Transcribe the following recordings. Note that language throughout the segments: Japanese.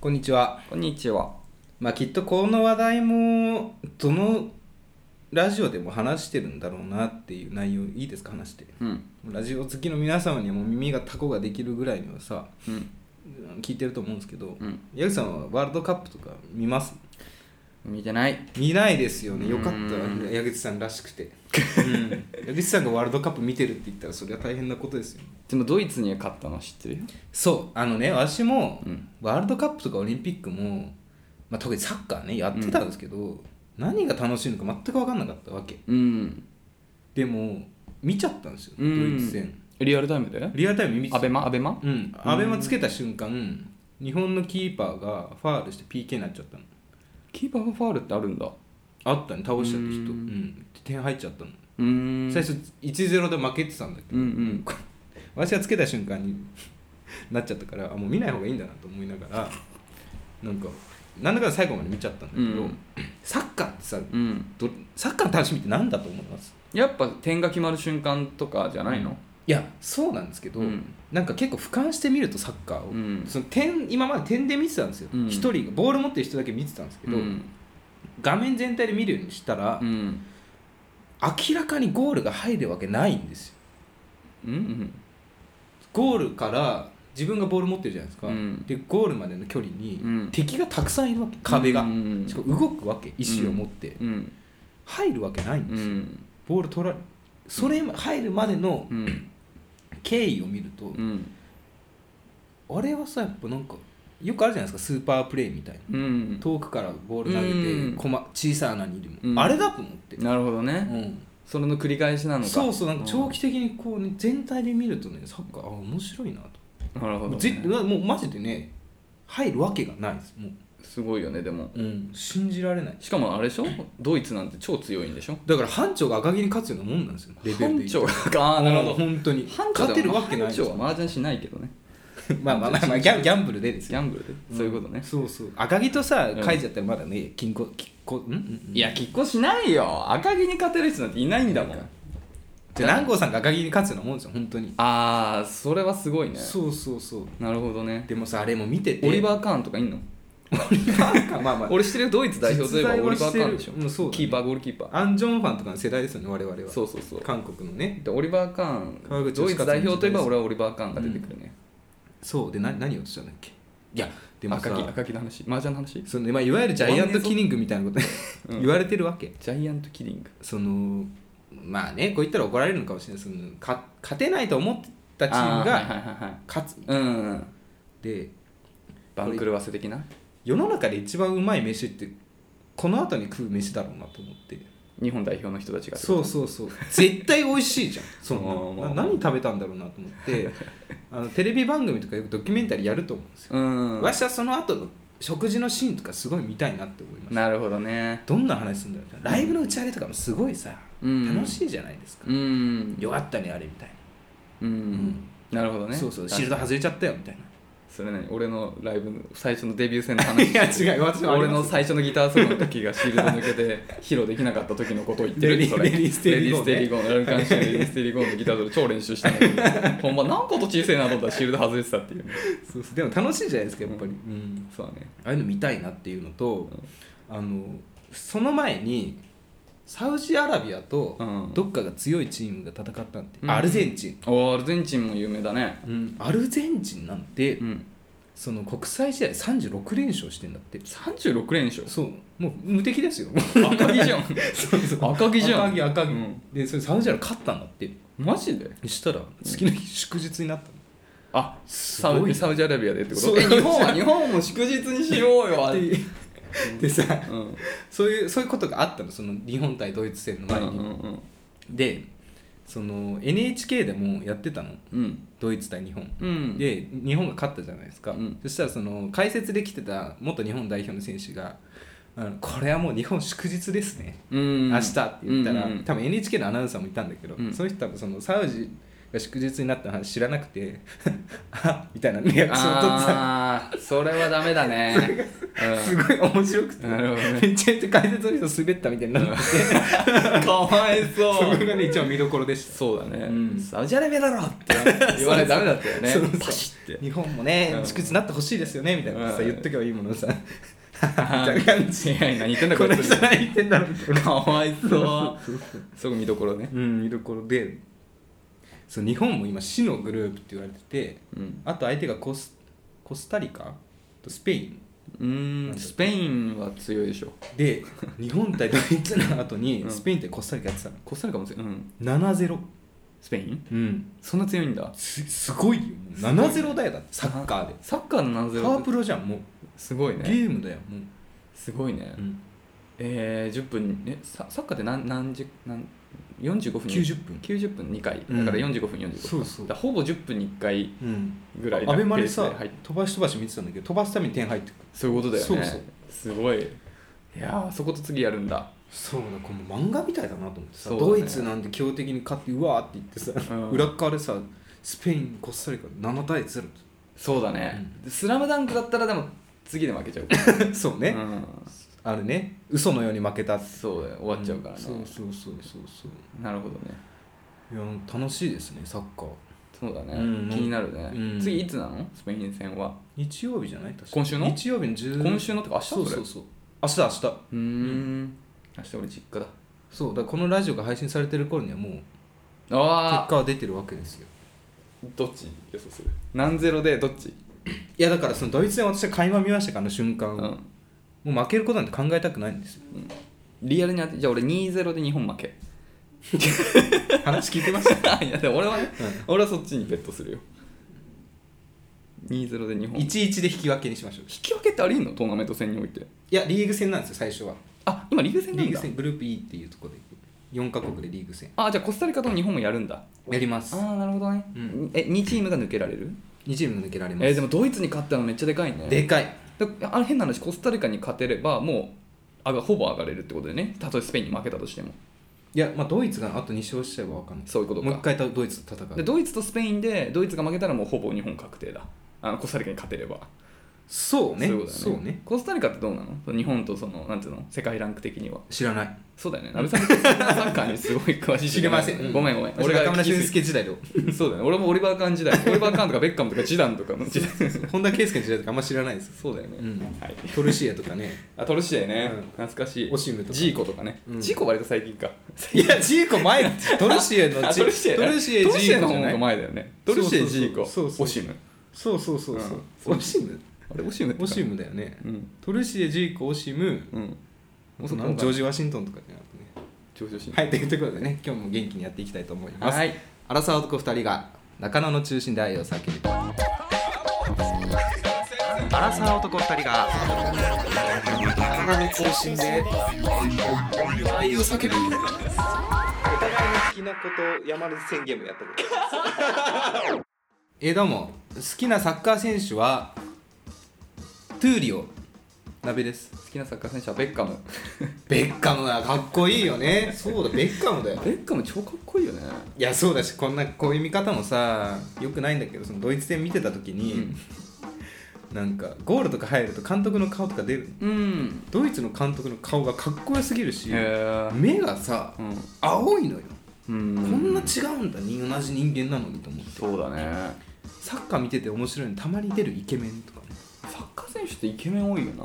こんにちは。こんにちは。まあきっとこの話題もどのラジオでも話してるんだろうなっていう内容いいですか話して。うん。ラジオ好きの皆様にはもう耳がタコができるぐらいにはさうん。聞いてると思うんですけど、うん。矢口さんはワールドカップとか見ます見てない。見ないですよねよかったうん矢口さんらしくて、うん矢口さんがワールドカップ見てるって言ったらそれは大変なことですよねでもドイツには勝ったの知ってるよ。そうあのね私もうん。ワールドカップとかオリンピックも、まあ、特にサッカーねやってたんですけど、何が楽しいのか全く分かんなかったわけうん。でも見ちゃったんですよ、うんドイツ戦リアルタイムでリアルタイムに見てアたベマアベマうん、アベマつけた瞬間日本のキーパーがファールして PK になっちゃったのキーパーファールってあるんだ。あったね倒しちゃった人、ううんん点入っちゃったの、うーん。最初1-0で負けてたんだけうんうん。ど私がつけた瞬間に なっちゃったからあもう見ない方がいいんだなと思いながらなんかなんだかんだ最後まで見ちゃったんだけど、うんサッカーってさうん。どサッカーの楽しみって何だと思いますやっぱ点が決まる瞬間とかじゃないのいやそうなんですけど、うんなんか結構俯瞰してみるとサッカーを、うんその点今まで点で見てたんですよ、うん一人がボール持ってる人だけ見てたんですけうど、ん。画面全体で見るようにしたら、うん。明らかにゴールが入るわけないんですようん。ゴールから自分がボール持ってるじゃないですか、うんでゴールまでの距離にうん敵がたくさんいるわけ壁が、うんしかも動くわけ意思を持って、うん。入るわけないんうですよ、ん。ボール取られそれ入るまでのうん。経緯を見ると、うん。あれはさやっぱなんかよくあるじゃないですかスーパープレイみたいなうん。遠くからボール投うげんて、こま小さな穴にいるも、うんあれだと思って、なるほどね。うんそれの繰り返しなのか。そうそうなんか長期的にこう、ね、全体で見るとねサッカーあ面白いなと、うん。なるほどね。ぜうわもうマジでね入るわけがないですもすごいよね、でも。う、うん、信じられないしかもあれでしょドイツなんて超強いんでしょだから班長が赤城に勝つようなもんなんですよレベルで班言長うがああなるとほど本当に班長勝でてもるわけない班です長よは麻雀しないけどねまあまあまあ、まあ、ギャンギャンブルでですギよャンブルで、そういうことねそうそう赤城とさうん書いちゃったらまだね金庫金庫んんいやきっこしないよ赤城に勝てる人なんていないんだもんじゃあ南郷さんが赤城に勝つようなもんですよ本当にああそれはすごいねそうそうそうなるほどねでもさあれも見てて オリバー・カーンとかいんのオリバーかまあまあ俺知ってるよドイツ代表といえば実在オはリバー・カーンでしょ、してるうんそうだねキーパーゴールキーパーアン・ジョンファンとかの世代ですよね我々はそうそうそう韓国のねでオリバー・カ川ーン口ドイツ代表といえば義勝俺はオリバー・カーンが出てくるね、そうでな何をしたんだっけいやでも赤さ城赤城の話麻雀の話その、まあ、いわゆるジャイアントキリングみたいなことうん言われてるわけ、ジャイアントキリングそのまあねこう言ったら怒られるのかもしれないそのか勝てないと思ってたチームあーがはいはいはいはい勝つうんうんで番狂わせ的な世の中で一番うまい飯ってこの後に食う飯だろうなと思って日本代表の人たちがそうそうそう絶対美味しい じゃんそんなまあまなあ何食べたんだろうなと思 ってあのテレビ番組とかよくドキュメンタリーやると思うんですよ、うんわしはその後の食事のシーンとかすごい見たいなって思いましたなるほどねどんな話すんだろうみたいなライブの打ち上げとかもすごいさ、うん楽しいじゃないですか、うんよかったねあれみたいうん、なるほどな、ねそうそうシールド外れちゃったよみたいなそれ何俺のライブの最初のデビュー戦の話 いや違う私もあります俺の最初のギターソロの時がシールド抜 けて披露できなかった時のことを言ってレディるそれレディステリゴーねレディステリゴーのラルカンシュレディステリゴーのギターソロ超練習したんだけ どほんま何個と小さいなと思ったらシールド外れてたっていうそうそうでも楽しいじゃないですかやっぱり、うんそうだねああいうの見たいなっていうのと、あのその前にサウジアラビアとうんどっかが強いチームが戦ったんで、うんアルゼンチン、おーアルゼンチンも有名だねアルゼンチンなんて、うんその国際試合36連勝してんだって36連勝そうもう無敵ですよ赤城 じゃん赤城じゃん赤城赤城、うんでそれサウジアラビア勝ったんだってマジでそしたら次の日祝日になったのあサすごいウねサウジアラビアでってこそうとえ日本は日本も祝日にしよ うよあれででさうんそういうそういうことがあったのその日本対ドイツ戦の前に、うんでその NHK でもやってたのうんドイツ対日本、うんでで日本が勝ったじゃないですか、うんそしたらその解説で来てた元日本代表の選手があのこれはもう日本祝日ですね、うん明日って言ったら、うんうん多分 NHK のアナウンサーもいたんだけど、うんその人多分そのサウジが祝日になった話知らなくて あみたいなリアクションを取ってたああそれはダメだね すごい面白くて、なるほどねめちゃめちゃ解説の人滑ったみたいに なってて、うんかわいそそこうがね一応見どころでしたそうだね、うんサウジアラビアだろって言われダメだったよねそうそうパシッて日本もねうん祝日になってほしいですよねみたいなさうん言っとけばいいものをさあみたいな感じいやいや何言ってんだここのいつ人何言ってんだろうみたいなかわいそうそこ見どころねうん見どころでそう日本も今死のグループって言われててうんあと相手がコスコスタリカとスペインうーんスペインは強いでしょ で日本対ドイツの後にうんスペイン対コスタリカやってたのコスタリカも強い、うん、 7-0スペインうんそんな強いんだすすごいよ7-0だよだってサッカーでサッカーのパ何ワー0プロじゃんもうすごいゲねームだよもう、すごいね、うん、えー、10分えササッカーって何何時何45分に90分90分2回だうんから45分45分、そうそうだからほぼ10分に1回うんぐらいアベマペでースさ入っ飛ばし飛ばし見てたんだけど飛ばすために点入ってくるそういうことだよねそうそうすごいいやーそこと次やるんだそうだこの漫画みたいだなと思ってさ、そうだねドイツなんて強敵に勝ってうわーって言ってさ、うん裏っ側でさスペインコスタリカ7対0そうだね「スラムダンクだったらでも次で負けちゃうからって そうね、うん、あれね嘘のように負けたってそうだよ終わっちゃうからね、んそうそうそうそうそなるほどねういや楽しいですねサッカーそうだね、うん気になるね、うん次いつなのスペイン戦は日曜日じゃない確か今週の日曜日の10今週のってか明日そそれうそうそう明日明日うーん明日俺実家だそうだからこのラジオが配信されてる頃にはもう結ああ果は出てるわけですよどっち予想する何ゼロでどっち、いやだからそのドイツ戦私は垣間見ましたからあの瞬間、うん、もう負けることなんて考えたくないん ですよリアルに当てじゃあ俺2ゼロで日本負け 話聞いて ましたいやでも俺はね、俺はそっちにベットするよ2ゼロで日本引11で引き分けにしましょうき分けってありんのトーナメント戦においていやリーグ戦なんですよ最初はあ今リーグリ戦なんーグだ戦グループ E っていうところで4カ国でリーグ戦あじゃあコスタリカと日本もやるんだやりますああなるほどね、うんえ2チームが抜けられる2チーム抜けられます、えーでもドイツに勝ったのめっちゃでかいねでかいだあ変な話コスタリカに勝てればもうあがほぼ上がれるってことでねたとえスペインに負けたとしてもいやまあドイツがあと2勝しちゃえば分かんないそういうことかもう一回ドイツと戦でうドイツとスペインでドイツが負けたらもうほぼ日本確定だあのコスタリカに勝てればそうねそういうことだそうよねコスタリカってどうなのその日本とそのなんていうの世界ランク的には知らないそうだよね鍋さんってサッカーにすごい詳しい知りませんごめんごめん俺が中村聞き俊すぎ輔時代とそうだよね俺もオリバーカン時代オリバーカンとかベッカムとかジダンとかの時代 本田圭佑の時代とかあんま知らないですそうだよね、うんはいトルシエとかねあトルシエね、うん懐かしいオシムとかジーコとかね、うんジーコ割と最近 か いやジーコ前トルシエの あジトルシエトルシエトルシジエーのコ方じゃないが前だよねそトうそうルそうシエジーコそうそうオシムそうそうそうそう、うんオシムあれオシムってオシムだよね、うんトルシエジーコオシムうんジョージ・ワシントンとかじゃなくてね上昇しはい、というところでね、今日も元気にやっていきたいと思います。はい。アラサー男2人が中野の中心で愛を叫ぶ。アラサー男2人が中野の中心で愛を叫ぶ。お互いの好きなことを山根宣言もやったことです。えー、どうも、好きなサッカー選手は、トゥーリオ、鍋です。好きなサッカー選手はベッカムベッカムはかっこいいよね。そうだ、ベッカムだよ。ベッカム超かっこいいよねいやそうだしこんなこういう見方もさよくないんだけどそのドイツ戦見てた時に、なんかゴールとか入ると監督の顔とか出るうんドイツの監督の顔がかっこよすぎるしへえ目がさうん青いのよ、うんこんな違うんだに同じ人間なのにと思ってそうだねサッカー見てて面白いのたまに出るイケメンとかねサッカー選手ってイケメン多いよな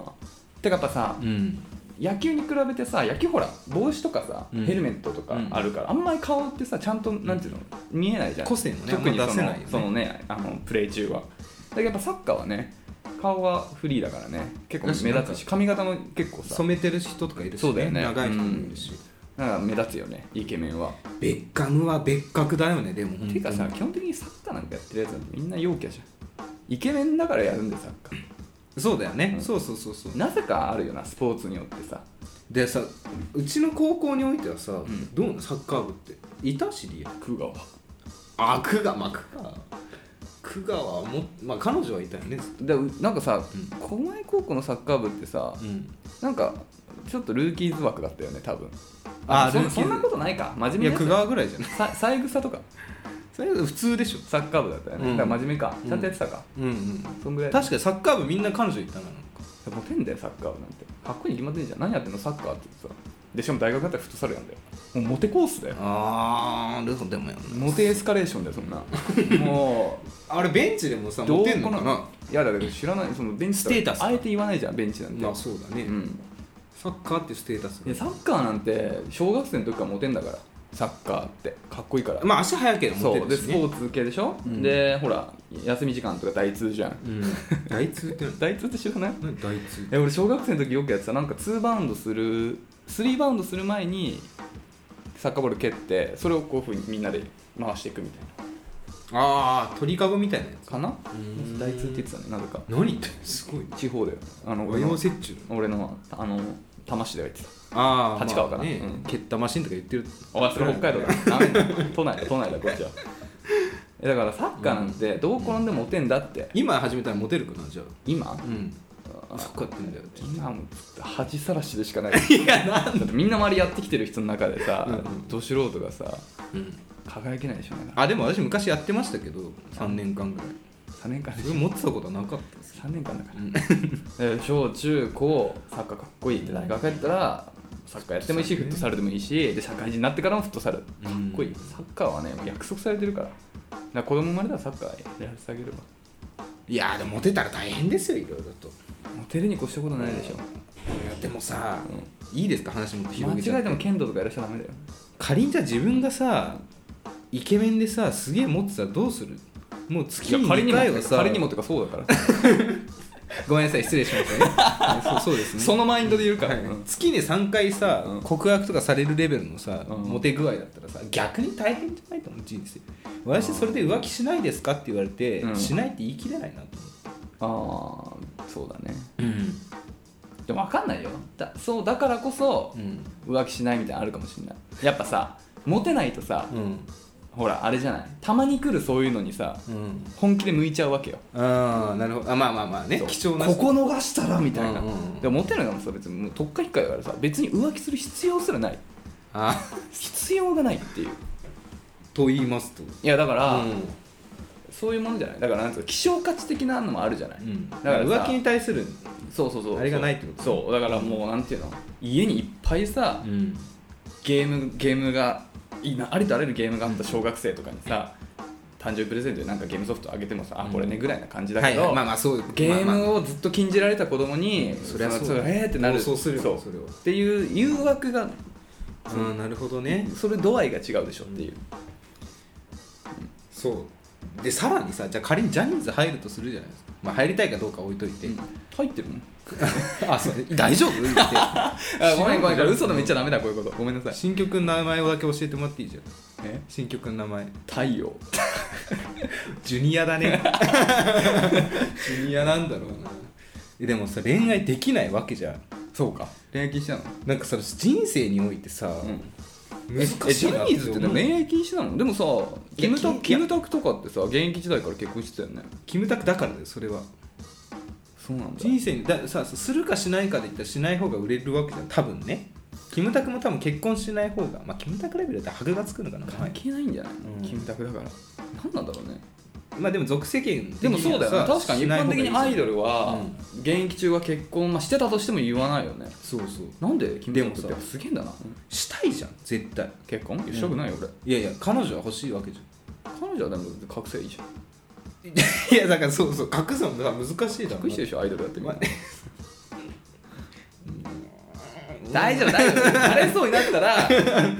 てかやっぱさうん野球に比べてさ野球ほら帽子とかさ、うんヘルメットとかあるから、あんまり顔ってさちゃんとなんていうの、見えないじゃん個性もね特にあんまそ出のせないよねそのねあのプレー中はだけどやっぱサッカーはね顔はフリーだからね結構目だし立つし髪型も結構さ染めてる人とかいるし、そうだよね長い人もいるし、なんか目立つよねイケメンは、ベッカムは別格だよねでも本当にてかさ基本的にサッカーなんかやってるやつなんてみんな陽キャじゃんイケメンだからやるんでサッカーそうだよね、うんそうそうそうそうなぜかあるよなスポーツによってさでさうちの高校においてはさ、んどうなのサッカー部っていた知り合い空があ久我まあ久我久我はもまあ彼女はいたよねずっとでなんかさ、うん狛江高校のサッカー部ってさ、うんなんかちょっとルーキーズ枠だったよね多分あそルーキーズそんなことないか真面い目やなやつ久我ぐらいじゃないさ三枝とかそれ普通でしょサッカー部だったよね、うんだから真面目かうんちゃんとやってたか、うんうんそんぐらい確かにサッカー部みんな彼女いたななんかボケんだよサッカー部なんてかっこいいに決まってんじゃん何やってんのサッカーって言ってさでしかも大学だったらフットサルやんだよもうモテコースだよああでもでもやんモテエスカレーションだ よそんなもあれベンチでもさうモテんのかどうなこいやだけど知らないそのベンチステータスかあえて言わないじゃんベンチなんて、まあそうだね、うんサッカーってステータスいやサッカーなんて小学生の時からモテんだからサッカーってかっこいいから、まあ足速いけどモテそうでるし、スね、ポーツ系でしょ、うんでほら休み時間とか大通じゃんうん、大通って大通って知らない 何何大通え俺小学生の時よくやってたなんか2バウンドする3バウンドする前にサッカーボール蹴ってそれをこういうふうにみんなで回していくみたいああ鳥かごみたいなやつなかなうん大通って言ってたねなぜか何言ってんのすごい地方だよあの和俺の洋折衷俺のあの多摩市では言ってたあ立川かなまあねうん蹴ったマシンとか言ってるお前そ れ北海道だダメだ都内だ都内だこっちはえだからサッカーなんてどう転んでもモテんだって今始めたらモテるかなじゃあ今うんサッカーやってんだよって今もう恥さらしで しかないいやなんだってみんな周りやってきてる人の中でさうんうんど素人がさうん輝けないでしょなんかあでも私昔やってましたけど3年間ぐらい3年間でそれ持ってたことはなかったです3年間だからうん えー小中高サッカーかっこいいって大学やったらサッカーやってもいいしフットサルでもいいしで社会人になってからもフットサルかっこいいサッカーはねもう約束されてるからだから子供生まれたらサッカーやらせてあげればいやーでもモテたら大変ですよいろいろとモテるに越したことないでしいょやでもさ、いいですか話も間広げちゃ違っえてても剣道とかやらしちゃダメだよ仮にじゃあ自分がさイケメンでさすげえ持ってたらどうするもう月に仮に2も回はさ仮にもとかそう だからごめんなさい失礼しま したねはいそうそうですねそのマインドで言うから、はいうん月に3回さ、うん告白とかされるレベルのさ、うんモテ具合だったらさ逆に大変じゃないと思う人生私それで浮気しないですかって言われて、うんしないって言い切れないなと思ああそうだねうでも分かんないよだそうだからこそうん浮気しないみたいなのあるかもしれないやっぱさモテないとさ、うんほらあれじゃないたまに来るそういうのにさうん本気で向いちゃうわけよああなるほどあまあまあまあねそう貴重なここ逃したらみたいな、うんうんうんでもモテるのもさ別にもう特化引っかやからさ別に浮気する必要すらないあ必要がないっていうと言いますといやだから、うんそういうものじゃないだからなんつうの希少価値的なのもあるじゃない、だだかかららさ浮気に対するそうそうそうあれがないってことそうだからもうなんていうの家にいっぱいさうんゲームゲームがいいなありとあらゆるゲームがあった小学生とかにさ誕生日プレゼントでなんかゲームソフトあげてもさ、あこれねぐらいな感じだけど、はいまあまあそうゲーまあまあムをずっと禁じられた子供に、そりゃそうれえーってなるそうするよそうそれはっていう誘惑がああなるほどねそれ度合いが違うでしょっていう、そうでさらにさじゃあ仮にジャニーズ入るとするじゃないですかまあ入りたいかどうか置いといてうん入ってるもんあそう大丈夫って あごめんごめんこれ嘘のめっちゃダメだこういうことごめんなさい新曲の名前をだけ教えてもらっていいじゃんえ新曲の名前太陽ジュニアだ ねジュニアなんだろうなえでもさ恋愛できないわけじゃんそうか恋愛禁止なのなんかさ人生においてさ、うん難しいなえジャニーズってでも思う恋愛禁止なのでもさキムタいやクキムタクとかってさ現役時代から結婚してたよねキムタクだからだよそれはそうなんだ人生にださするかしないかで言ったらしない方が売れるわけじゃん多分ねキムタクも多分結婚しない方がまあキムタクレベルだと箔がつくのかな、は関い、係ないんじゃない、うんキムタクだから何なんだろうねまあでも俗世間でもそうだよね確かに一般的にアイドルルは現役中は結婚、まあ、してたとしても言わないよねそうそうなんでキムタクっでてもさすげえんだなしたいじゃん絶対結婚いやしたくないよ俺いやいや彼女は欲しいわけじ彼女はでも覚醒いいじゃんゃん いやだからそうそう隠すのが難しいだろうな隠してるでしょアイドルやってみるまあ大丈夫大 丈夫バれそうになった ら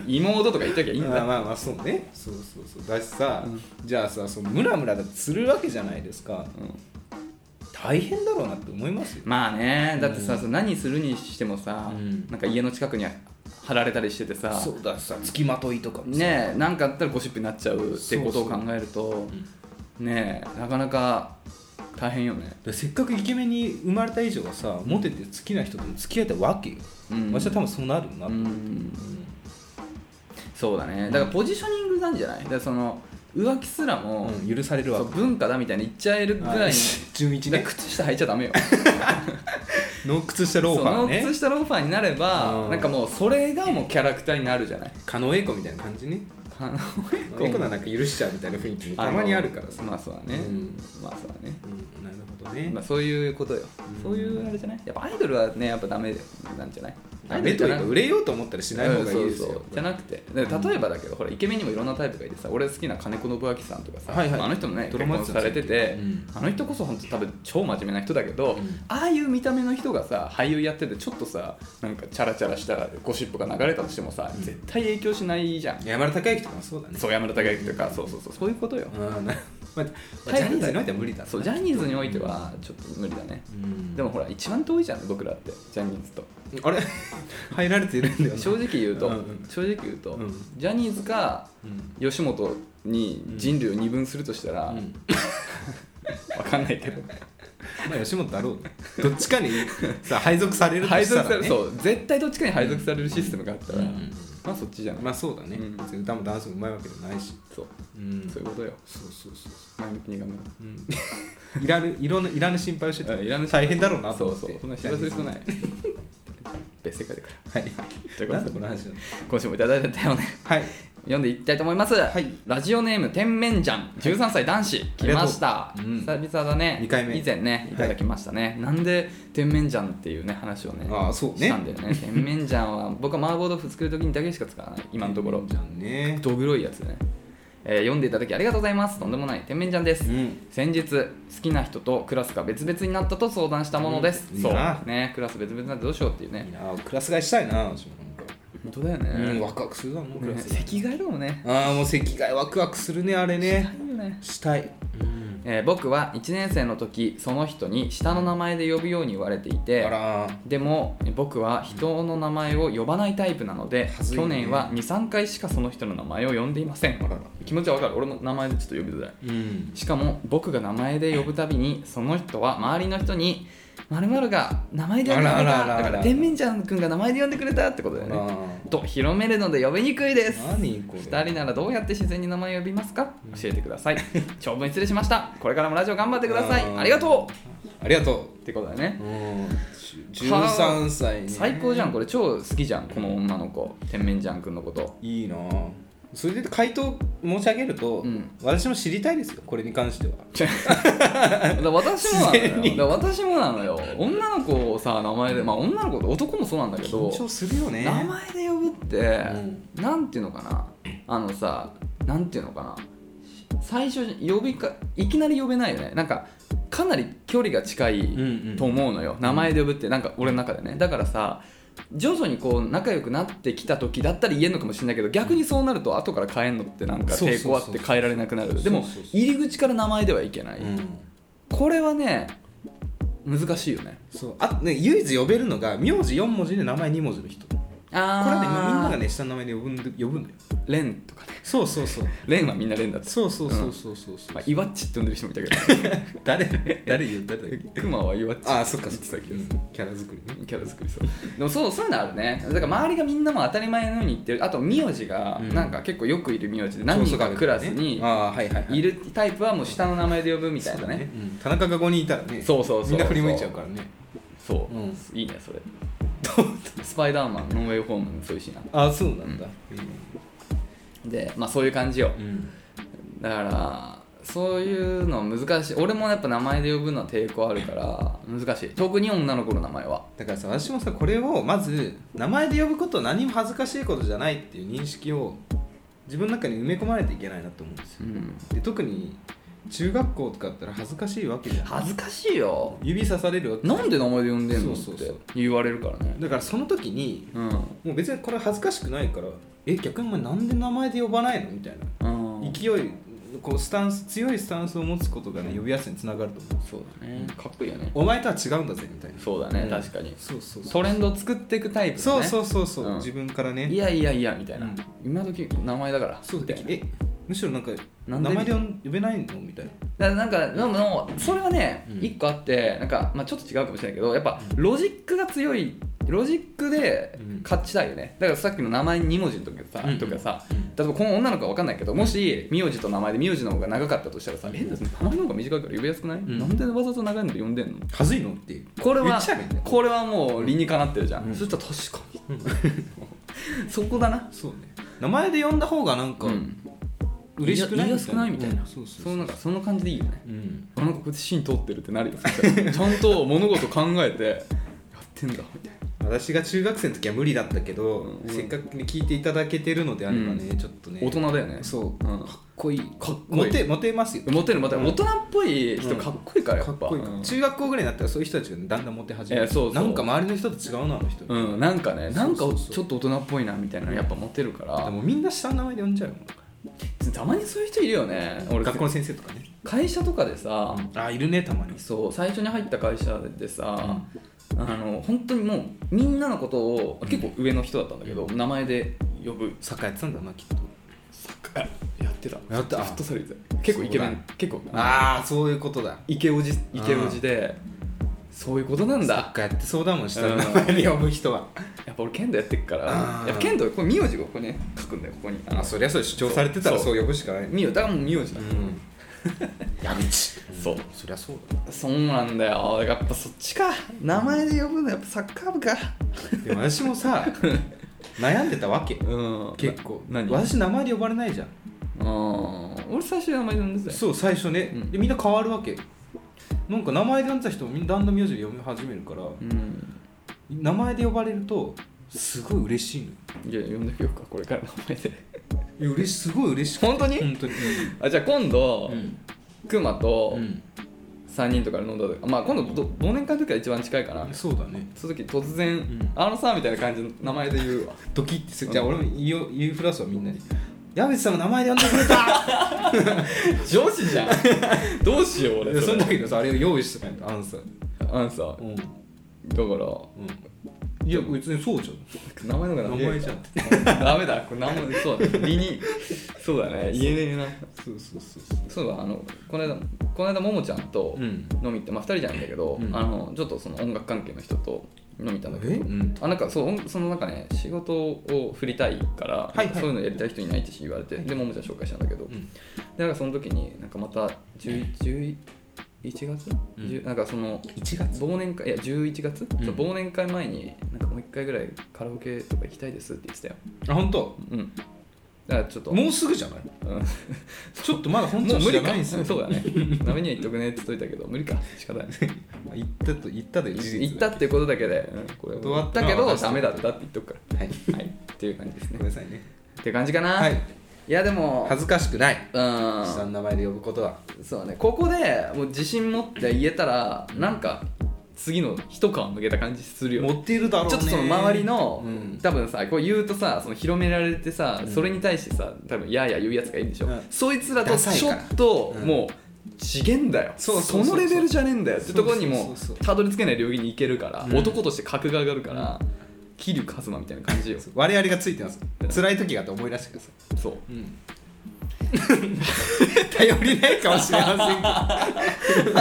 妹とか言っときゃいいんまあだまあまあそうねそうそうそうだしさ、じゃあさそのムラムラだってするわけじゃないですかうん大変だろうなって思いますよまあねだってさ、その何するにしてもさ、うんなんか家の近くに貼られたりしててさそうだしさ付きまといとかもさねえ何かあったらゴシップになっちゃうってことを考えるとねえなかなか大変よねでせっかくイケメンに生まれた以上はさモテて好きな人とも付き合えたわけよ、うん私は多分そうなるよなとう思う、んそうだねだからポジショニングなんじゃないだからその浮気すらも、うん許されるわそうけ文化だみたいに言っちゃえるぐらいに純一だからね靴下履いちゃダメよ納屈した ローファーそねの靴下ローファーになれば、うんなんかもうそれがもうキャラクターになるじゃない狩野英孝みたいな感じね狩狩野猫英な孝なんか許しちゃうみたいな雰囲気もたまにあるからさ、まあそうだね、うんまあそうだねうん、なるほどね、まあそういうことよ、うんそういうあれじゃないやっぱアイドルはねやっぱダメなんじゃないダメというか売れようと思ったらしない方がいいですよ、うんそうそうじゃなくてで例えばだけど、ほらイケメンにもいろんなタイプがいてさ俺好きな金子信明さんとかさ、はいはいまああの人もねド結ラマや婚ってさたんれですてよて、うんあの人こそ本当多分超真面目な人だけど、うんああいう見た目の人がさ俳優やっててちょっとさなんかチャラチャラしたゴシップが流れたとしてもさ、うん絶対影響しないじゃん、山田孝之とかもそうだねそう山田孝之とか、そうそうそうそういうことよ、うんなまあまあジャニーズにおいては無理だそうジャニーズにおいてはちょっと無理だね、うんでもほら一番遠いじゃん僕らってジャニーズとあれ 入られているんだよな正直言うと、うんうん正直言うと、うんジャニーズかうん吉本に人類を二分するとしたら、うわんかんないけどまあ吉本だろうねどっちかにさ 配属されると配した属ら、ね、されるそう絶対どっちかに配属されるシステムがあったら、うんまあそっちじゃない、まあそうだね、うん別に歌もダンスもうまいわけじゃないし、そううんそういうことよそうそうそうそ前向きに頑張ろう、うん、い らぬいろんないらぬ心配をしてうていらぬ大変だろうなとそ思うってそうそんな知らせる必要ない 別世界だかはい ということでなんだこの話なのら今週もいただいたよねはい読んでいきたいと思います、いラジオネーム天面じゃん13歳男子、来ましたあ、りが久々だね二回目以前ねいただきましたね、なんで天面じゃんっていうね話をねああそうねしたんだよ ね天面じゃんは僕は麻婆豆腐作る時にだけしか使わない今のところじゃんねどぐろいやつね、えー読んでいただきありがとうございますとんでもない天面じゃんです、うん先日好きな人とクラスが別々になったと相談したものです、うんいいそうなねクラス別々になってどうしようっていういいねなクラス替えしたいな私もなんか本当だよね,、うんねワクワクするだろうなクラス席替えだもんねああもう席替えワクワクするねあれねいいよねしたいうんえー僕は1年生の時その人に下の名前で呼ぶように言われていてあらーでもえー僕は人の名前を呼ばないタイプなので、恥ずいね去年は23回しかその人の名前を呼んでいませんあらら気持ちはわかる俺も名前でちょっと呼びづらいうんしかも僕が名前で呼ぶたびにその人は周りの人に「まるが名前で呼んでくれた」あらあらあらあらだから天面ちゃん君が名前で呼んでくれたってことだよあねーと広めるので呼びにくいです何これ2人ならどうやって自然に名前を呼びますか教えてください長文失礼しましたこれからもラジオ頑張ってくださいあーありがとありがとうってことだねううん13歳ね最高じゃんこれ超好きじゃんこの女の子天面じゃんくんのこといいなあそれで回答申し上げると、うん私も知りたいですよこれに関してはだから私もな 自の然よにだから私もなのよ女の子をさ名前でまあ女の子と男もそうなんだけど緊張するよね名前で呼ぶって、うなんていうのかなあのさなんていうのかな最初呼びかいきなり呼べないよねなんかかなり距離が近いんうんと思うのよ、名前で呼ぶってなんか俺の中でねだからさ徐々にこう仲良くなってきた時だったら言えるのかもしれないけど逆にそうなると後から変えんのってなんかそうそう抵そう抗あって変えられなくなるでもそうそうそう入り口から名前ではいけない、うんこれはね難しいよねそうあね唯一呼べるのが名字4文字で名前2文字の人こあれはねみんながねね下の名前で呼ぶんで呼ぶんだよレンとかねそうそうそうレンはみんなレンだってそうそうそうそうそうそう、まあ、イワッチって呼んでる人もいたけ誰誰言う誰だっけどクマはイワッ チああそっかそっ言かてたけどキャラ作りねキャラ作りそうでもそうそういうのあるねだから周りがみんなも当たり前のように言ってるあと名字がうんなんか結構よくいる名字で何人かそうそうクラスにああはいはい、はい、いるタイプはもう下の名前で呼ぶみたいそうなだねねうん田中が5人いたらねそうそうそうみんな振り向いちゃうからねそう、うんいいねそれスパイダーマンノンウェイホームもそういうしなああそうなんだでまあそういう感じようん、うんだからそういうの難しい俺もやっぱ名前で呼ぶのは抵抗あるから難しい特に女の子の名前はだからさ私もさこれをまず名前で呼ぶことは何も恥ずかしいことじゃないっていう認識を自分の中に埋め込まれていけないなと思うんですうよんで特に中学校とかだったら恥ずかしいわけじゃん恥ずかしいよ指さされるわけなんで名前で呼んでんのっそうそうてそう言われるからねだからその時にうんもう別にこれ恥ずかしくないからえ逆にお前なんで名前で呼ばないのみたいなうん勢いこうスタンス強いスタンスを持つことがね呼びやすさにつながると思うそうだねかっこいいよねお前とは違うんだぜみたいなそうだねん確かにそうそうそうトレンドを作っていくタイプだそうねそうそうそう、うん自分からねいやいやいやみたいなうん今時名前だからそうみだたいなえむしろなんか名なんで前で呼べないのみたいなだからなんかでもでもそれはねうん一個あってなんかまあちょっと違うかもしれないけどやっぱロジックが強いロジックでうん勝ちたいよねだからさっきの名前2文字の時さうんとかさうん例えばこの女の子は分かんないけどもし名字と名前で名字の方が長かったとしたらさうんえ名前の方が短いから呼びやすくないんなんでわざわざ長いので呼んでんのはずいのっていうこれ言はっちゃえばいいんだよこれはもう理にかなってるじゃん、うん そしたら確かに、そこだなそうね名前で呼んだ方がなんかうん、嬉しくない言いやすくないみたいな、うんそうそうそうのなんかその感じでいいよねうんあなんかこっち芯通ってるってなるよそ したらちゃんと物事考えてやってんだみたい私が中学生の時は無理だったけど、うんせっかくね聞いていただけてるのであればね、うんちょっとねな大人だよねそううんかっこいいかっこモいいテモテますよモテるモテる大人っぽい人かっこいいからやかっっぱこいい、うん中学校ぐらいになったらそういう人たちがだんだんモテ始める、えーそうそうなんか周りの人と違うなあの人、うんなんかねなんかそうそうそうちょっと大人っぽいなみたいなのやっぱモテるかでらもみんな下の名前で呼んじゃうよたまにそういう人いるよね俺学校の先生とかね会社とかでさあいるねたまにそう最初に入った会社でさ、あの本当にもうみんなのことを結構上の人だったんだけど、名前で呼ぶサッカーやってたんだなきっとやってたやってたフットサルで結構イケメそうン結構ああそういうことだイケおじイケおじでそういうことなんサだッカーやってそうだもん下のうん名前で呼ぶ人はやっぱ俺剣道やってっからあーやっぱ剣道これ名字がここに書くんだよここにあのあそりゃそう主張されてたらそそう呼ぶしかないね名字だからもう名字だ、んやみちそうそりゃそうそうなんだよやっぱそっちか名前で呼ぶのやっぱサッカー部かだでも私もさ悩んでたわけうん結構何私名前で呼ばれないじゃんあー俺最初名前呼んでたよそう最初ね、うんでみんな変わるわけなんか名前で呼んでた人もみんなだんだん名字で読み始めるから、うん名前で呼ばれるとすごい嬉しいじゃあ呼んでみようかこれからの名前でのよいや嬉しすごい嬉しくて本当に本当にあじゃあ今度、うんクマとうん3人とかで飲んだ時まあ今度ど忘年会の時が一番近いかなそうだねその時突然、んあのさみたいな感じの名前で言 うわドキッてすうるんじゃあ俺も言いよ言うフラスはみんなに「矢口さんの名前で呼んでく れた!上司じゃん どうしよう」いや俺そそんれだけどさあれを用意してないとアンサーあのさうんだからうんいや別にそうじ名前のゃ方んが名前じゃんんダメだこれ名前そうだね理にそうだね言えねえなそうそうそうそそうだあのこの間この間ももちゃんとうん飲み行って、まあ、2人じゃないんだけど、うんあのちょっとその音楽関係の人と飲み行ったんだけど、えうんあなんかそう音そのなんかね仕事を振りたいから、はいはいそういうのやりたい人いないって言われて、でももちゃん紹介したんだけど、んでなんかその時になんかまた11 11月、うん10なんかその1月忘年会いや11月、んそう忘年会前になんかもう一回ぐらいカラオケとか行きたいですって言ってたよあ本当うんだからちょっともうすぐじゃないうんちょっとまだ本も調う子無じ理ゃなかいんですよそうだねダメには言っとくねって言っといたけど無理か仕方ない言ったと言ったで事実行ったっていうことだけで、うん、これ断断っったたのはけど私ダメだったって言っとくかはいらはいっていう感じですごねめんなさいねっていう感じかなはいやでも恥ずかしくない下うの名前で呼ぶことはんそうねここでもう自信持って言えたらなんか次の一皮向けた感じするよね持っているだろうねちょっとその周りの、うん多分さこう言うとさその広められてさ、うんそれに対してさ多分やーやー言うやつがいるでしょ、うんそいつらとダサいちかょらっとうんもう次元だよそうそうそうそうのレベルじゃねえんだよってとこにそもうそうそうそうたどり着けない領域に行けるから、うん男として格が上がるから桐生一馬みたいな感じよそう我々がついてます辛い時があって思い出してくださいそううん 頼りないかもしれませんけど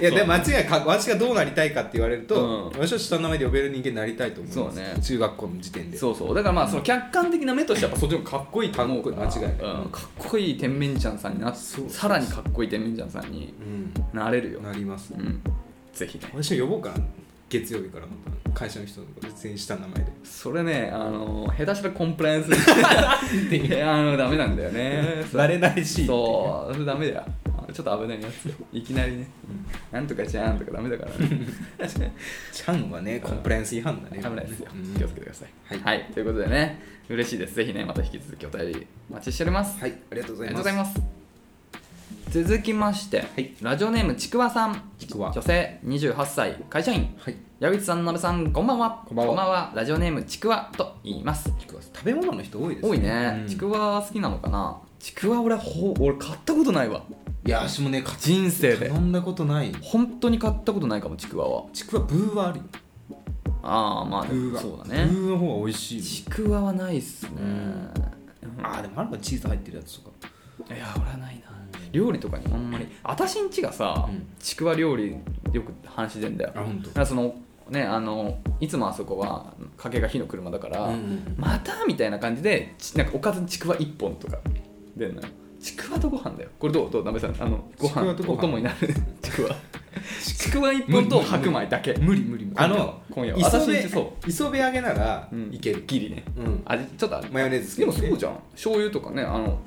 いやでも間違いか私がどうなりたいかって言われると、うん私は下の名前で呼べる人間になりたいと思いますそうね中学校の時点でそうそうだからまあその客観的な目としてはやっぱそっちの方がかっこいいと思うからかっこいい間違いないうんかっこいい天面ちゃんさんになそうさらにかっこいい天面ちゃんさんにうん、なれるよ、なりますうん、ぜひね私は呼ぼうかな月曜日から本当に会社の人のこと全員下の名前でそれね、あの下手したらコンプライアンス いや あのダメなんだよね。慣れないしそう、それダメだよ。あちょっと危ない やつ。いきなりね、なんとかじゃんとかダメだからね。 チャンはねコンプライアンス違反だね危ないですようん。気をつけてください。はいということでね、嬉しいです。ぜひね、また引き続きお便りお待ちしております。はいありがとうごあざりいがとうまごすざいます。続きまして、いラジオネームちくわさん。ちくわ女性28歳会社員はい矢口さん、なべさん、こんばんは。こんばんはラジオネームちくわと言います。ちくわ食べ物の人多いです多いね、うんちくわ好きなのかなちくわ俺ほ俺買ったことないわいや私もねか人生で頼んだことない本当に買ったことないかもちくわはちくわブーはあるよああまあでもはそうだブねーの方が美味しいちくわはないっすね、うんあーでもあるかチーズ入ってるやつとかいや俺はないな料理とかにあんまり私んちがさ、うんちくわ料理よく話してんだよあ本当だからそのねあのいつもあそこは家計が火の車だから、うんまたみたいな感じでちなんかおかずにちくわ1本とか出るのよちくわとご飯だよこれどうどうなべさんあのごちくわ飯とご飯 お供になるちくわちくわ一本と白米だけ無理無理無理あの今夜は磯私んちそ辺磯辺揚げならうんいけるギリねうん味ちょっとあるマヨネーズつけでてもそうじゃん醤油とかねあの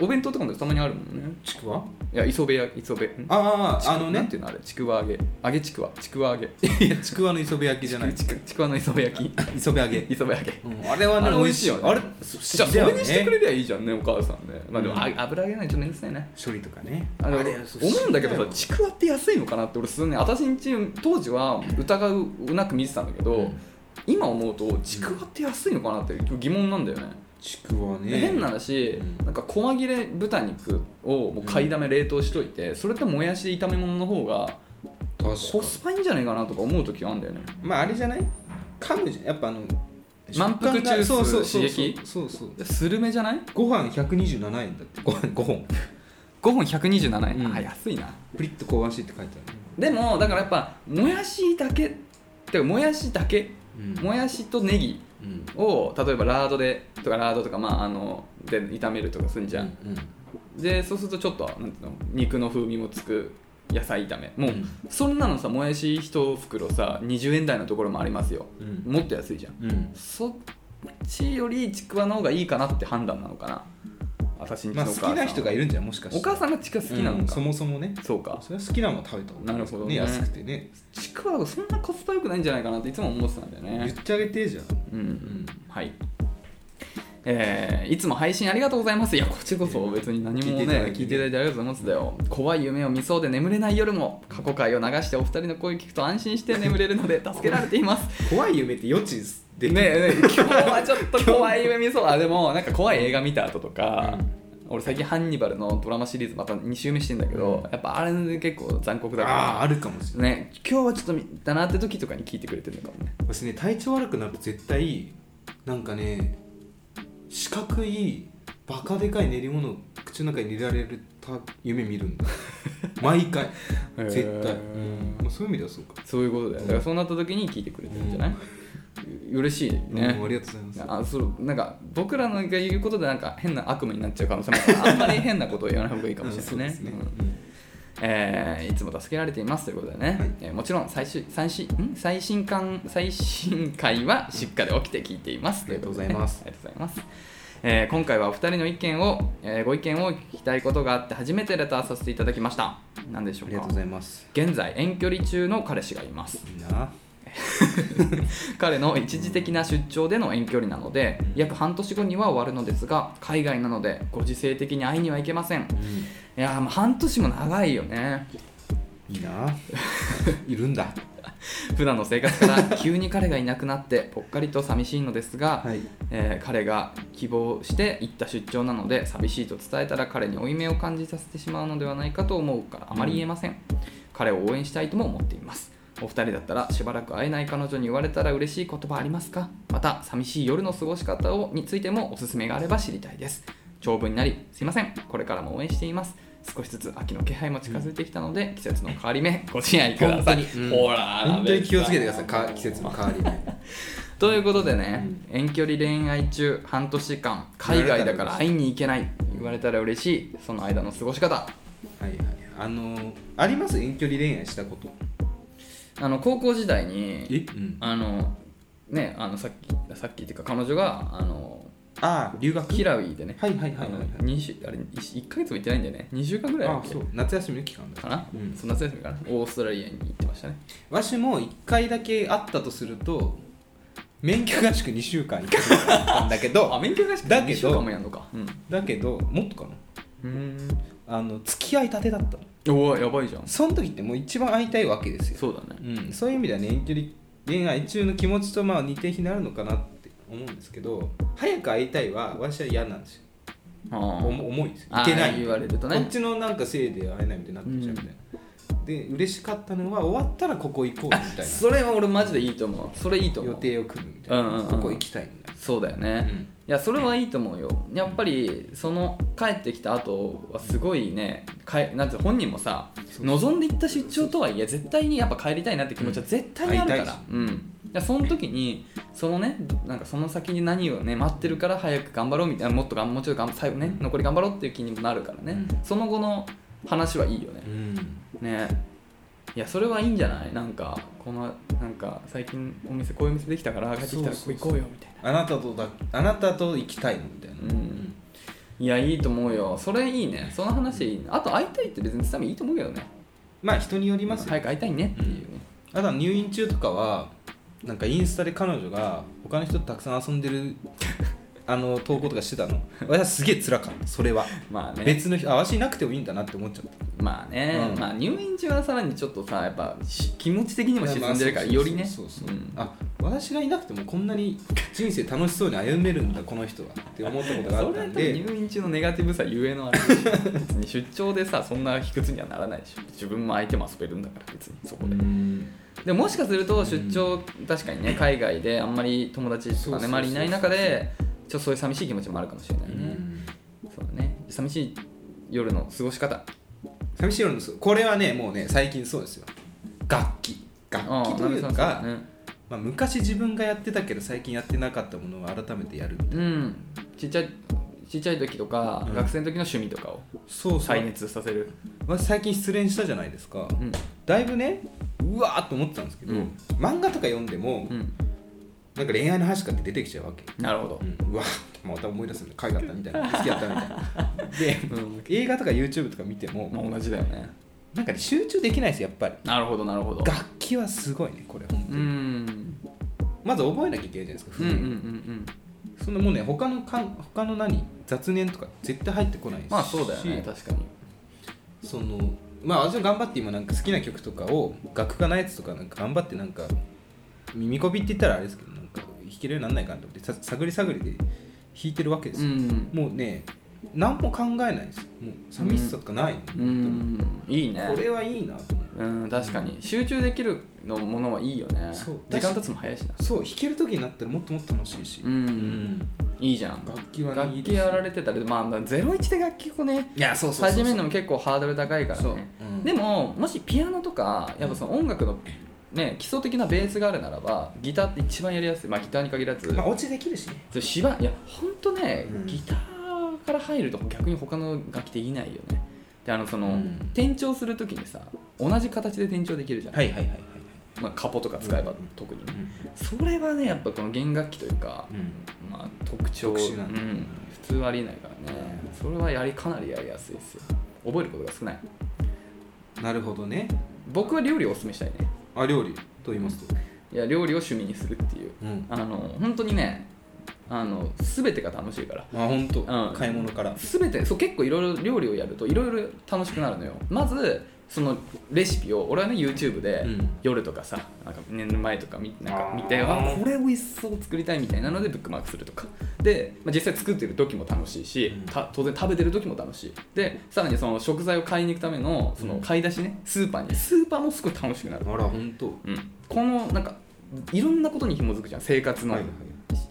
お弁当とかもたまにあるもんねちくわいや磯辺や磯辺んあちくああのなんねていうのあれちくわ揚げ揚げちくわちくわ揚げいやちくわの磯辺焼きじゃないちくちくわの磯辺焼き磯辺揚げ磯辺揚げうんあれはあねれ美美味味ししいいよよねあれじゃあそれにしてくれるりゃいいじゃんねお母さんねまあでも、うんあ油揚げないと面倒くさいね処理とかねあのれ思うんだけど不思議さよちくわって安いのかなって俺すんね私んち当時は疑うなく見てたんだけど、うん今思うとちくわって安いのかなって疑問なんだよね、ちくわね変な話、うんなんか細切れ豚肉をもう買いだめ冷凍しといて、それともやし炒め物の方が確かコスパいいんじゃないかなとか思う時があるんだよねまああれじゃない噛むじゃんやっぱあの満腹食感が中枢そうそうそう刺激そうそうスルメじゃないご飯127円だってご飯5本5本127円、うんあ安いなプリッと香ばしいって書いてあるでもだからやっぱもやしだけてかもやしだけうんもやしとネギうんを例えばラードでとかラードとかまああので炒めるとかするんじゃん、うんでそうするとちょっとなんていうの肉の風味もつく野菜炒めもう、うんそんなのさもやし一袋さ20円台のところもありますようんもっと安いじゃんうんそっちよりちくわの方がいいかなって判断なのかな私んちのまおあ好母さんはきな人がいるんじゃんもしかしてお母さんがちくわ好きなうのんか、そもそもねそうかそれは好きなもの食べた方がいいですよねなるほど安ねくてねちくわがそんなコスパ良くないんじゃないかなっていつも思ってたんだよ言っねてあげてじゃんうん、んはいえーいつも配信ありがとうございますいやこっちこそ別に何もね聞聞いいてていいたただだいてありがとうございますだよ怖い夢を見そうで眠れない夜も過去回を流してお二人の声聞くと安心して眠れるの で助けられています怖い夢って予知でねえねえ今日はちょっと怖い夢見そうあでもなんか怖い映画見た後とか、俺最近ハンニバルのドラマシリーズまた2週目してんだけど、やっぱあれ結構残酷だあああかるかもしれらないね今日はちょっと見たなって時とかに聞いてくれてるのかもね私ね体調悪くなると絶対なんかね四角いバカでかい練り物を口の中に入れられた夢見る んだ毎回へー絶対、うんまあ、そういう意味ではそうか、そういうことだよだからそうなった時に聞いてくれてるんじゃない、う嬉しいね、うんありがとうございますあそうなんか僕らのが言うことでなんか変な悪夢になっちゃう可能性もあるからあんまり変なことを言わない方がいいかもしれないうんそうでねすね、うんえーいつも助けられていますということでね、はいえーもちろん最終最新ん最新刊最新回はしっかり起きて聞いていますありがとうございますということでねありがとうございますえー今回はお二人の意見を、えーご意見を聞きたいことがあって初めてレターさせていただきました何でしょあうりがとかうございます現在遠距離中の彼氏がいますいいな彼の一時的な出張での遠距離なので約半年後には終わるのですが海外なのでご時世的に会いには行けませんいやーもう半年も長いよねいい ないるんだ普段の生活から急に彼がいなくなってぽっかりと寂しいのですが、はいえー彼が希望して行った出張なので寂しいと伝えたら彼に負い目を感じさせてしまうのではないかと思うからあまり言えません、彼を応援したいとも思っていますお二人だったらしばらく会えない彼女に言われたら嬉しい言葉ありますかまた寂しい夜の過ごし方をについてもおすすめがあれば知りたいです長文になりすいませんこれからも応援しています少しずつ秋の気配も近づいてきたので、季節の変わり目ご自愛ください本当にうんほら本当に気をつけてくださいか季節の変わり目ということでね、遠距離恋愛中半年間海外だから会いに行けない言われたら嬉しいその間の過ごし方はいはいあのーあります遠距離恋愛したことあの高校時代にうんあのねあのさっきさっきっていうか彼女があのああ留学キラウィでね、はいはいはいはいはあいの二週あれ1ヶ月も行ってないんだよね2週間ぐらいだあっあけそう夏休みの期間だかな、うんそんな夏休みかなオーストラリアに行ってましたねわしも1回だけ会ったとすると免許合宿2週間行ってたんだけあど免許合宿だけど2週間もやんのかうん だけどもっとかなうんあの付き合いたてだったのおーやばいじゃんその時ってもう一番会いたいわけですよそうだねうん、そういう意味ではね遠距離恋愛中の気持ちとまあ似て非なるのかなって思うんですけど早く会いたいは私は嫌なんですよあおーも重いんですよあーいけない言われるとねこっちのなんかせいで会えないみたいになってきちゃうみたいな、で嬉しかったのは終わったらここ行こうみたいなそれは俺マジでいいと思うそれいいと思う予定を組むみたいな、うんうんうんここ行きたいみたいそうだよね、うんいやそれはいいと思うよやっぱりその帰ってきた後はすごいねかえなんて本人もさ望んでいった出張とはいえ絶対にやっぱ帰りたいなって気持ちは絶対にあるか会いたいしら、うん、いやその時にそのねなんかその先に何をね待ってるから早く頑張ろうみたいなもっとがんもうちょっと頑張最後ね残り頑張ろうっていう気にもなるからね、うんその後の話はいいよねな、うんねいやそれはいいんじゃないなんかこのなんか最近お店こういうお店できたから帰ってきたらこそうそうそうこ行こうよみたいなあなたとだあなたと行きたいのみたいな、うんいやいいと思うよそれいいねその話いいねあと会いたいって別に多分いいと思うけどねまあ人によりますよ、早く会いたいねっていうね、あとは入院中とかはなんかインスタで彼女が他の人とたくさん遊んでるあの投稿とかしてたの私はすげえ辛かったそれはまあね別の人あわしいなくてもいいんだなって思っちゃったまあね、うんまあ入院中はさらにちょっとさやっぱし気持ち的にも沈んでるからまあよりねそうそうそうそううんあ私がいなくてもこんなに人生楽しそうに歩めるんだこの人はって思ったことがあそっれたはん多分で入院中のネガティブさゆえのあれでしょ別に出張でさそんな卑屈にはならないでしょ自分も相手も遊べるんだから別にそこで、うんでももしかすると出張、確かにね海外であんまり友達とそうそかうそねう周りいない中でちょっとそういう寂しい気持ちもあるかもしれないうね、んそうだね寂しい夜の過ごし方寂しい夜のこれはねもうね最近そうですよ楽器楽器といううんか、ねまあ、昔自分がやってたけど最近やってなかったものを改めてやるうんちっちゃいちっちゃい時とか、うん学生の時の趣味とかをそうそう再熱させる私最近失恋したじゃないですかうんだいぶねうわーっと思ってたんですけど、うん漫画とか読んでもうんなんか恋愛の話とかって出てきちゃうわけ、なるほどう、んうわーまた思い出すね海だったみ たいな好きだったみたいなでうん映画とか YouTube とか見ても、まあ、同じだよねなんかね集中できないですやっぱりなるほどなるほど楽器はすごいねこれ本当うに、んまず覚えなきゃいけないじゃないですかうんうんう譜んう面んそんなもうね他のかん他の何雑念とか絶対入ってこないしまあそうだよね確かにそのまあ私も頑張って今なんか好きな曲とかを楽がないやつとかなんか頑張ってなんか耳こびって言ったらあれですけどなんか弾けるようにならないかなと思ってさ探り探りで弾いてるわけですうよ、んもうね何も考えないですよもう寂しさとかない、うんいいねこれはいいなと思ってうん確かに集中できるのものはいいよねそう時間経つのも早いしなそう弾ける時になったらもっともっと楽しいし、うんいいじゃん楽器はねい楽い器ですよやられてたらまあ01で楽器をねいやそうそうそうそう始めるのも結構ハードル高いからそうね、うんでももしピアノとかやっぱその音楽のね基礎的なベースがあるならばギターって一番やりやすいまあギターに限らずまあお家できるしねそう芝いやほんとね、うんギターから入ると逆に他の楽器できないよねであのその、うん転調する時にさ同じ形で転調できるじゃん、はいはいはいはい、まあ、カポとか使えばうん特にね、それはねやっぱこの弦楽器というか、まあ、特徴特殊なんだうん、普通はありえないからねそれはやりかなりやりやすいですよ覚えることが少ないなるほどね僕は料理をおすすめしたいねあ料理と言いますと、いや料理を趣味にするっていううん、あの本当にねあの全てが楽しいからまあ本当、うん買い物から全てそう結構いろいろ料理をやるといろいろ楽しくなるのよまずそのレシピを俺はね YouTube で、うん夜とかさなんか寝る前とか見なんか見てああーこれ美味しそう作りたいみたいなのでブックマークするとかで、まあ、実際作ってる時も楽しいし、うんた当然食べてる時も楽しいでさらにその食材を買いに行くためのその買い出しねスーパーにスーパーもすごい楽しくなる、あら本当うん、このなんかいろんなことに紐づくじゃん生活のはいはい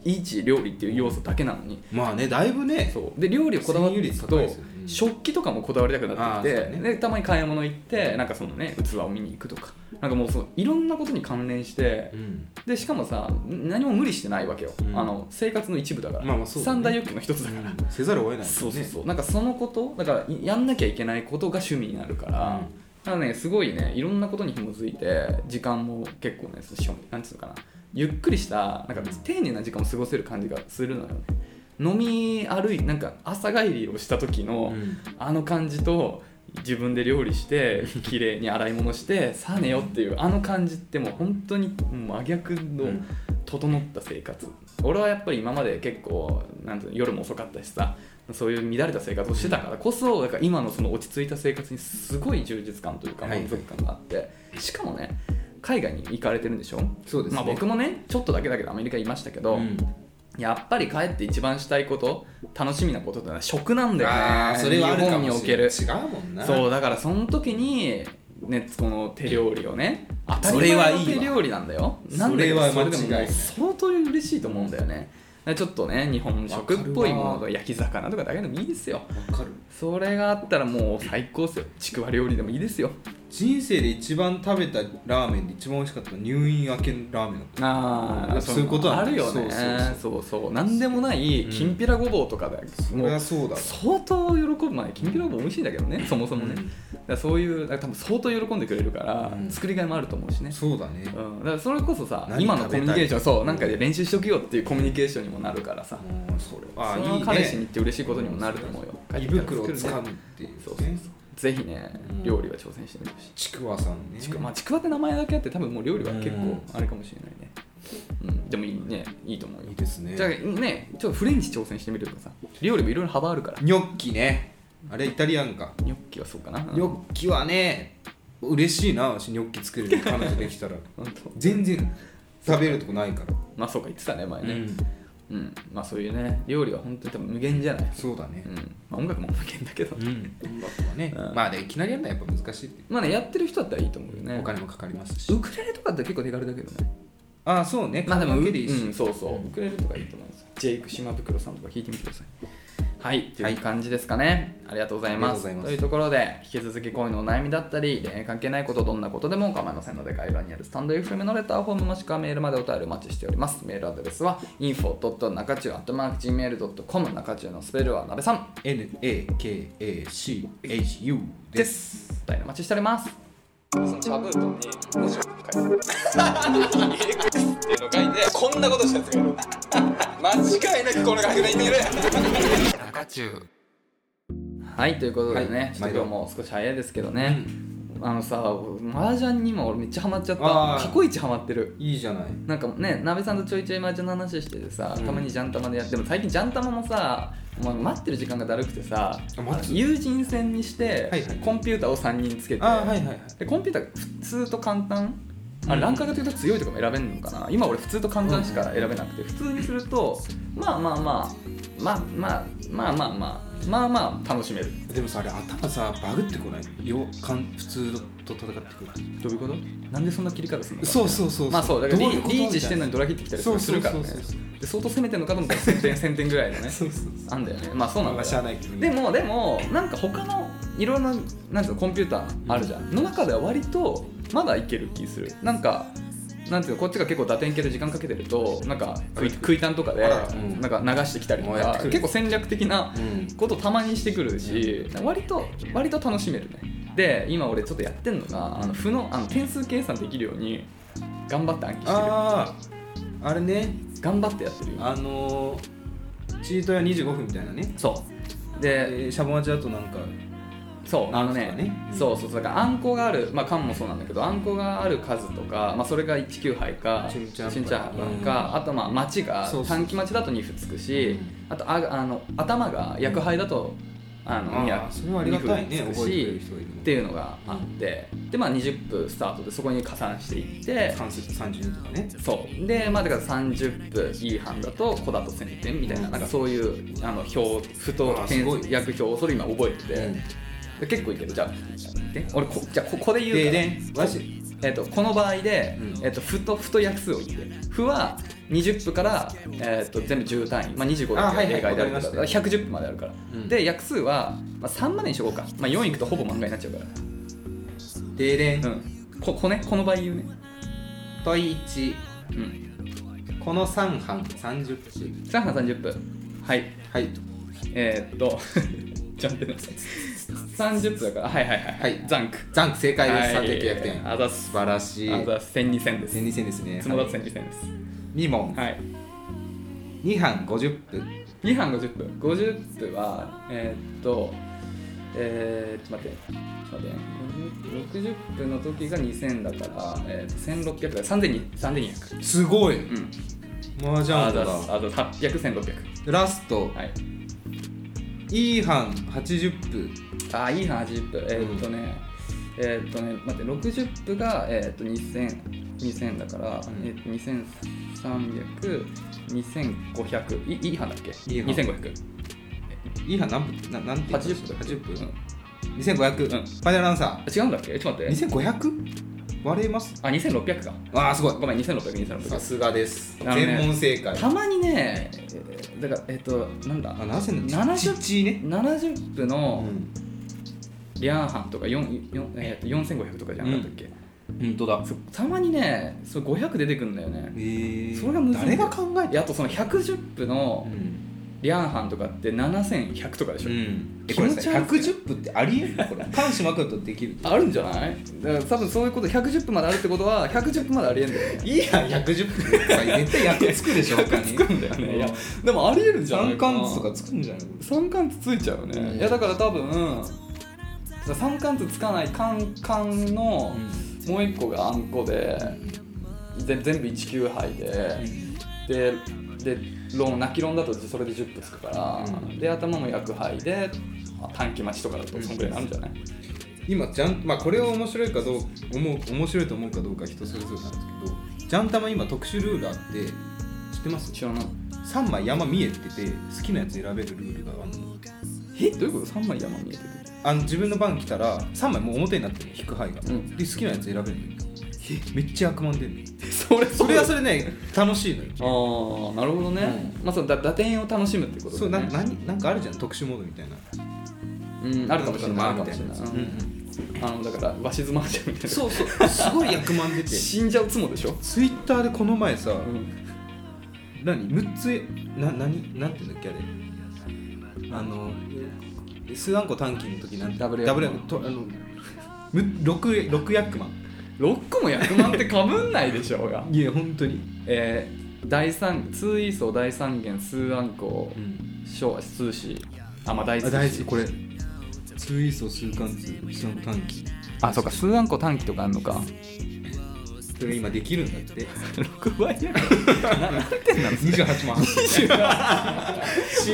一料理っていう要素だけなのにまあねだいぶねそうで料理をこだわっていく占有率と、高いですよねうん食器とかもこだわりたくなってきあーそてう、だねでたまに買い物行ってなんかそのね器を見に行くとかなんかもうそういろんなことに関連してん、でしかもさ何も無理してないわけよ、うんあの生活の一部だから、まあまあそうだね三大欲求の一つだから、せざるを得ないもんねそうそうそうなんかそのことだからいやんなきゃいけないことが趣味になるから、うんだからねすごいねいろんなことに紐づいて時間も結構ねそのしょなんていうのかなゆっくりしたなんか丁寧な時間を過ごせる感じがするのよね飲み歩いなんか朝帰りをした時の、うんあの感じと自分で料理して綺麗に洗い物してさあ寝ようっていうあの感じってもう本当にもう真逆のうん整った生活、俺はやっぱり今まで結構なんていうの夜も遅かったしさそういう乱れた生活をしてたからこそだから今のその落ち着いた生活にすごい充実感というかはい満足感があって、しかもね海外に行かれてるんでしょそうですねまあ、僕もねちょっとだけだけどアメリカいましたけど、うんやっぱり帰って一番したいこと楽しみなことってのは食なんだよねああそれはあるか日も本におしけれないる違うもんなそうだからその時に、ね、この手料理をね当たそりれはい前のいわ手料理なんだよなんだけどそれは間違いでももう相当嬉しいと思うんだよねだからちょっとね日本食っぽいものとか焼き魚とかだけでもいいですよわかるそれがあったらもう最高っすよちくわ料理でもいいですよ人生で一番食べたラーメンで一番美味しかったのは入院明けのラーメンだったあーそういうことあなんだるよねそうそうなんでもないうんきんぴらごぼうとかだよ、そりゃそうだわ相当喜ぶまあきんぴらごぼう美味しいんだけどねそもそもね、うんだからそういうだから多分相当喜んでくれるから、うん作りがいもあると思うしねそうだねうん、だからそれこそさ何今のコミュニケーシ食べたョンいそうなんかで練習しとくよっていうコミュニケーションにもなるからさもうそれはああそいれいはね彼氏に言って嬉しいことにもなると思うよ胃袋をつか作むるねっていうねそうそうそうぜひねうん料理は挑戦してみてほしいちくわさんねちく,、まあ、ちくわって名前だけあって多分もう料理は結構あれかもしれないね、うん、でもいいねいいと思うよいいですねじゃあねちょっとフレンチ挑戦してみるとかさ料理もいろいろ幅あるからニョッキねあれイタリアンかニョッキはそうかなニョッキはね嬉しいな私ニョッキ作れる彼女でき たらほんと全然食べるとこないからまあそうか言ってたね前ねうん、まあそういうね料理は本当に多分無限じゃない、そうだねうんまあ、音楽も無限だけど、ん音楽はねうんまあでいきなりやるのはやっぱ難しいってまあねやってる人だったらいいと思うよねお金もかかりますしウクレレとかって結構手軽だけどねああそうねまあでもウウ,、ケでいいしうん、そうそう、ウクレレとかいいと思いますジェイク島袋さんとか聞いてみてくださいはいという感じですかね、ありがとうございますありがとうございますというところで引き続き恋のお悩みだったり恋愛関係ないことどんなことでも構いませんので概要欄にあるスタンド FM のレターフォームもしくはメールまでお便りお待ちしておりますメールアドレスは info.nakachu.gmail.com 中中のスペルはなべさん NAKACHU でですすお便りお待ちしておりますそのチャブートに文字を書いてっていうの書いてこんなことしたやつがいる間違いなくこの学年にいる中中はいということではね、いちょっと今日も少し早いですけどうね、あのさ麻雀に今俺めっちゃハマっちゃったあー過去一ハマってるいいじゃないなんかね鍋さんとちょいちょい麻雀の話しててさうんたまにジャン玉でやっても最近ジャン玉もさまあ待ってる時間がだるくてさあ待つ友人戦にして、はいはいコンピューターを3人つけてああはいはいはいでコンピューター普通と簡単あうんれランカーがというと強いとかも選べるのかな今俺普通と簡単しか選べなくて普通にするとまあまあまあまあまあまあまあまあまあまあ楽しめるでもさあれ頭さバグってこないよかん普通と戦ってくるどういうことなんでそんな切り方するのかそうそうそうまあそうだからどリういうーことリーチしてんのにドラ切ってきたりとかするからねそうそうそうそで相当攻めてんのかと思ったら1000点1000点ぐらいのねそうそうあんだよねまあそうなんまあだしゃあよないけどねでもでもなんか他のいろんななんていうのコンピューターあるじゃんの中では割とまだいける気するなんかなんていうのこっちが結構打点系で時間かけてるとなんかクイクイタンとかであらうんなんか流してきたりともうやってかくる結構戦略的なうんことたまにしてくるし割と割と楽しめるねで今俺ちょっとやってんのがあの負のあの点数計算できるように頑張って暗記してるあああれね頑張ってやってるよあのー、チートや25分みたいなねそうででシャボンチだとなんかそうあのね暗記とかねうんそうそうそうだからあんこがあるまあ缶もそうなんだけどあんこがある数とか、まあ、それが19杯かチンチャンチンチャン杯か、あとまあ町がそうそう短期町だと2歩つくしあとああの頭が薬杯だとあのあー2歩それはありがたいね二歩つく覚えてくれるし人がいるのっていうのがあってでまあ20分スタートでそこに加算していって関節32とかねそうでまあだから30分 E 班だと子だと1000点みたいななんかそういうあの表ふとあーす点ごい薬表をそれ今覚えてて、で結構いけるじゃあで俺こじゃあここで言うでからでわしえっとこの場合で、うんえっとふとふと約数を言ってふは20分から、えっと全部10単位、まあ、25あだはいけはい例外であるかわら,、かりまし110分まであるから、うんで約数は、まあ、3までにしとこうか、まあ、4いくとほぼ満開になっちゃうかででんら、うん、ここねこの場合言うね、と1うん、この3班30分3分30分はいはいえー、っと ちょっと待ってな30分だからはいはいはい、はいザンクザンク正解です、はい3900点あざっす素晴らしいあざ1200です1200ですねつもだと1200です2問はい2班50分2班50分50分はえーっとえー、ちょっと待ってちょっと待ってね50 60分の時が2000だから、えー、1600だから3200 3200すごいうん麻雀あだざすあざ800100ラストはい E 班80分あーいいな80分えー、っとね、えー、っとね待って60分がえー、っと2000 2000だから、うんえーっと23002500いいい班だっけいい班2500 E 班何分な何点80分だっけ80分うん2500、うんファイナルアンサあ違うんだっけちょっと待ーって 2500? 割れますあ2600かああすごいごめん2600 2600さすがですあのね全問正解たまにねえーだからえっ、となんだあなぜなち70っちいね70分うのんリャーハンとか4 4、えー、と4500とかじゃなかったっけ、本当だそうたまにねそう500出てくるんだよねえーそれが難しい誰が考えたであとその110分のうんリャーハンとかって7100とかでしょ、え気これ持ちさ悪い110分ってありえるこ れカウシマクとできるあるんじゃないだから多分そういうこと110分まであるってことは110分までありえんだよねいいやん110分さ絶対役つくでしょ他につくんだよねいやでもありえるんじゃない三か冠な図とかつくんじゃない三冠つついちゃうね、うんいやだから多分三冠つつかないカンカンのもう一個があんこでで全部19杯で、ででロン泣きロンだとそれで10分つくから、うんで頭も100杯であ短期待ちとかだとそんぐらいになるんじゃない、今ジャン、まあ、これを面白いかどう思う面白いと思うかどうか人それぞれなんですけどジャンタマ今特殊ルールあって知ってます知らない ?3 枚山見えてて好きなやつ選べるルールがあるのえどういうこと三枚山見えてる あの自分の番来たら3枚もう表になってるの引く牌が、うんで好きなやつ選べるのよめっちゃ悪魔出んのよそれそれはそれね楽しいのよああなるほどね、まあそのだ打点を楽しむってことそうだなね何なんかあるじゃん特殊モードみたいなうんあるかもしれないあるかもしれないうんうんうんあのだから鷲津マージャンみたいなそうそうすごい役満出て死んじゃうつもでしょ、ツイッターでこの前さ、うん、何6つな何なんていうんだっけあれあのスーアンコ短期の時なんてダブルダヤブッルヤッククマンとあのむ六六ヤックマン6個も100万ってかぶんないでしょうが いや本当にえー、第三通位層第三元数暗号小数子あまあ大あ数大事これツイスト数貫通スーアンコ短期あそうか数暗号短期とかあんの かそれ今できるんだって6倍や 28万死んじゃ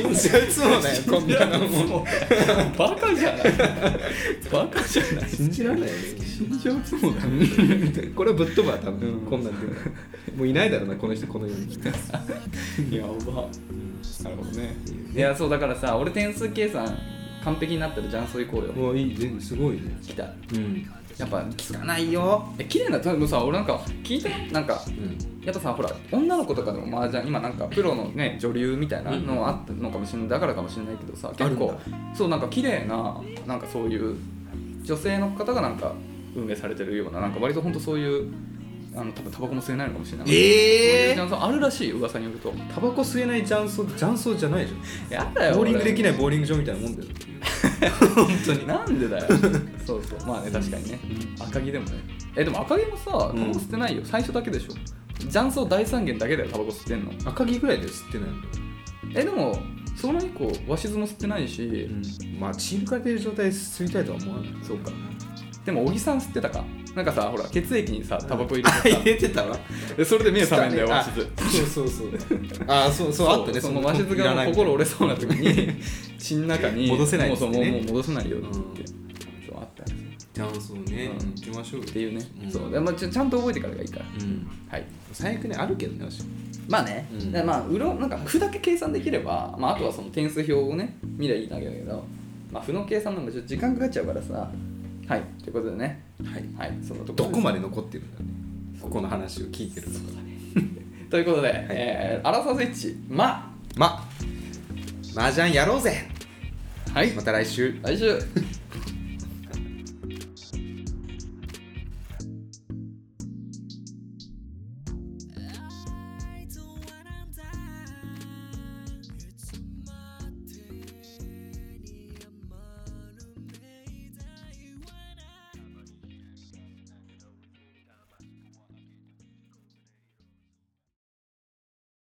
うつもだよこんなのもうバカじゃないバカじゃない信じられないよ死んじゃうつもだ これはぶっ飛ぶわ多分、うんこんなんでもういないだろうなこの人この世 にやばなるほどねいやそうだからさ俺点数計算完璧になったらジャンソー行こうよもういい全部すごいね来たうんやっぱ汚いよえ綺麗な多分さ俺なんか聞いたよなんかうんやっぱさほら女の子とかでも麻雀今なんかプロのね女流みたいなのあったのかもしれないだからかもしれないけどさある結んだ構そうなんか綺麗ななんかそういう女性の方がなんか運営されてるようななんか割と本当そういうあの多分タバコも吸えないのかもしれないえそういうあるらしいよ噂によるとタバコ吸えない雀荘雀荘じゃないじゃやだんよボーリングできないいボーリング場みたいなもんだよ本当にな んでだよそうそうまあね確かにね赤城でもねえでも赤城もさタバコ吸ってないよ、最初だけでしょ雀荘大三元だけだよタバコ吸ってんの赤城ぐらいで吸ってないんだよ、えでもその以降鷲津も吸ってないし、まあチーム化てる状態で吸いたいとは思わないそうかでも小木さん吸ってたかなんかさほら血液にさタバコ入れてさ入れてたわでそれで目覚めんだよあ鷲津そうそうそう あそうそうあったねその鷲津がもう心折れそうな時に 血の中に戻せないっもつうってそうねもうもう戻せないよって言って、そうあったんですよ雀荘ねうん行きましょうよっていうね、うんそうで、まあ、ちょちゃんと覚えてからがいいからうんはい最悪ねあるけどね私まあね、うんでまあうろなんか歩だけ計算できれば、まあ、あとはその点数表をね見りゃいいだけだけど、まあ、歩の計算なんかちょっと時間かかっちゃうからさはいということでねはいはいそのとこどろこまで残ってるんだねここの話を聞いてるのがということで、えー、アラサースイッチまま麻雀やろうぜはいまた来週来週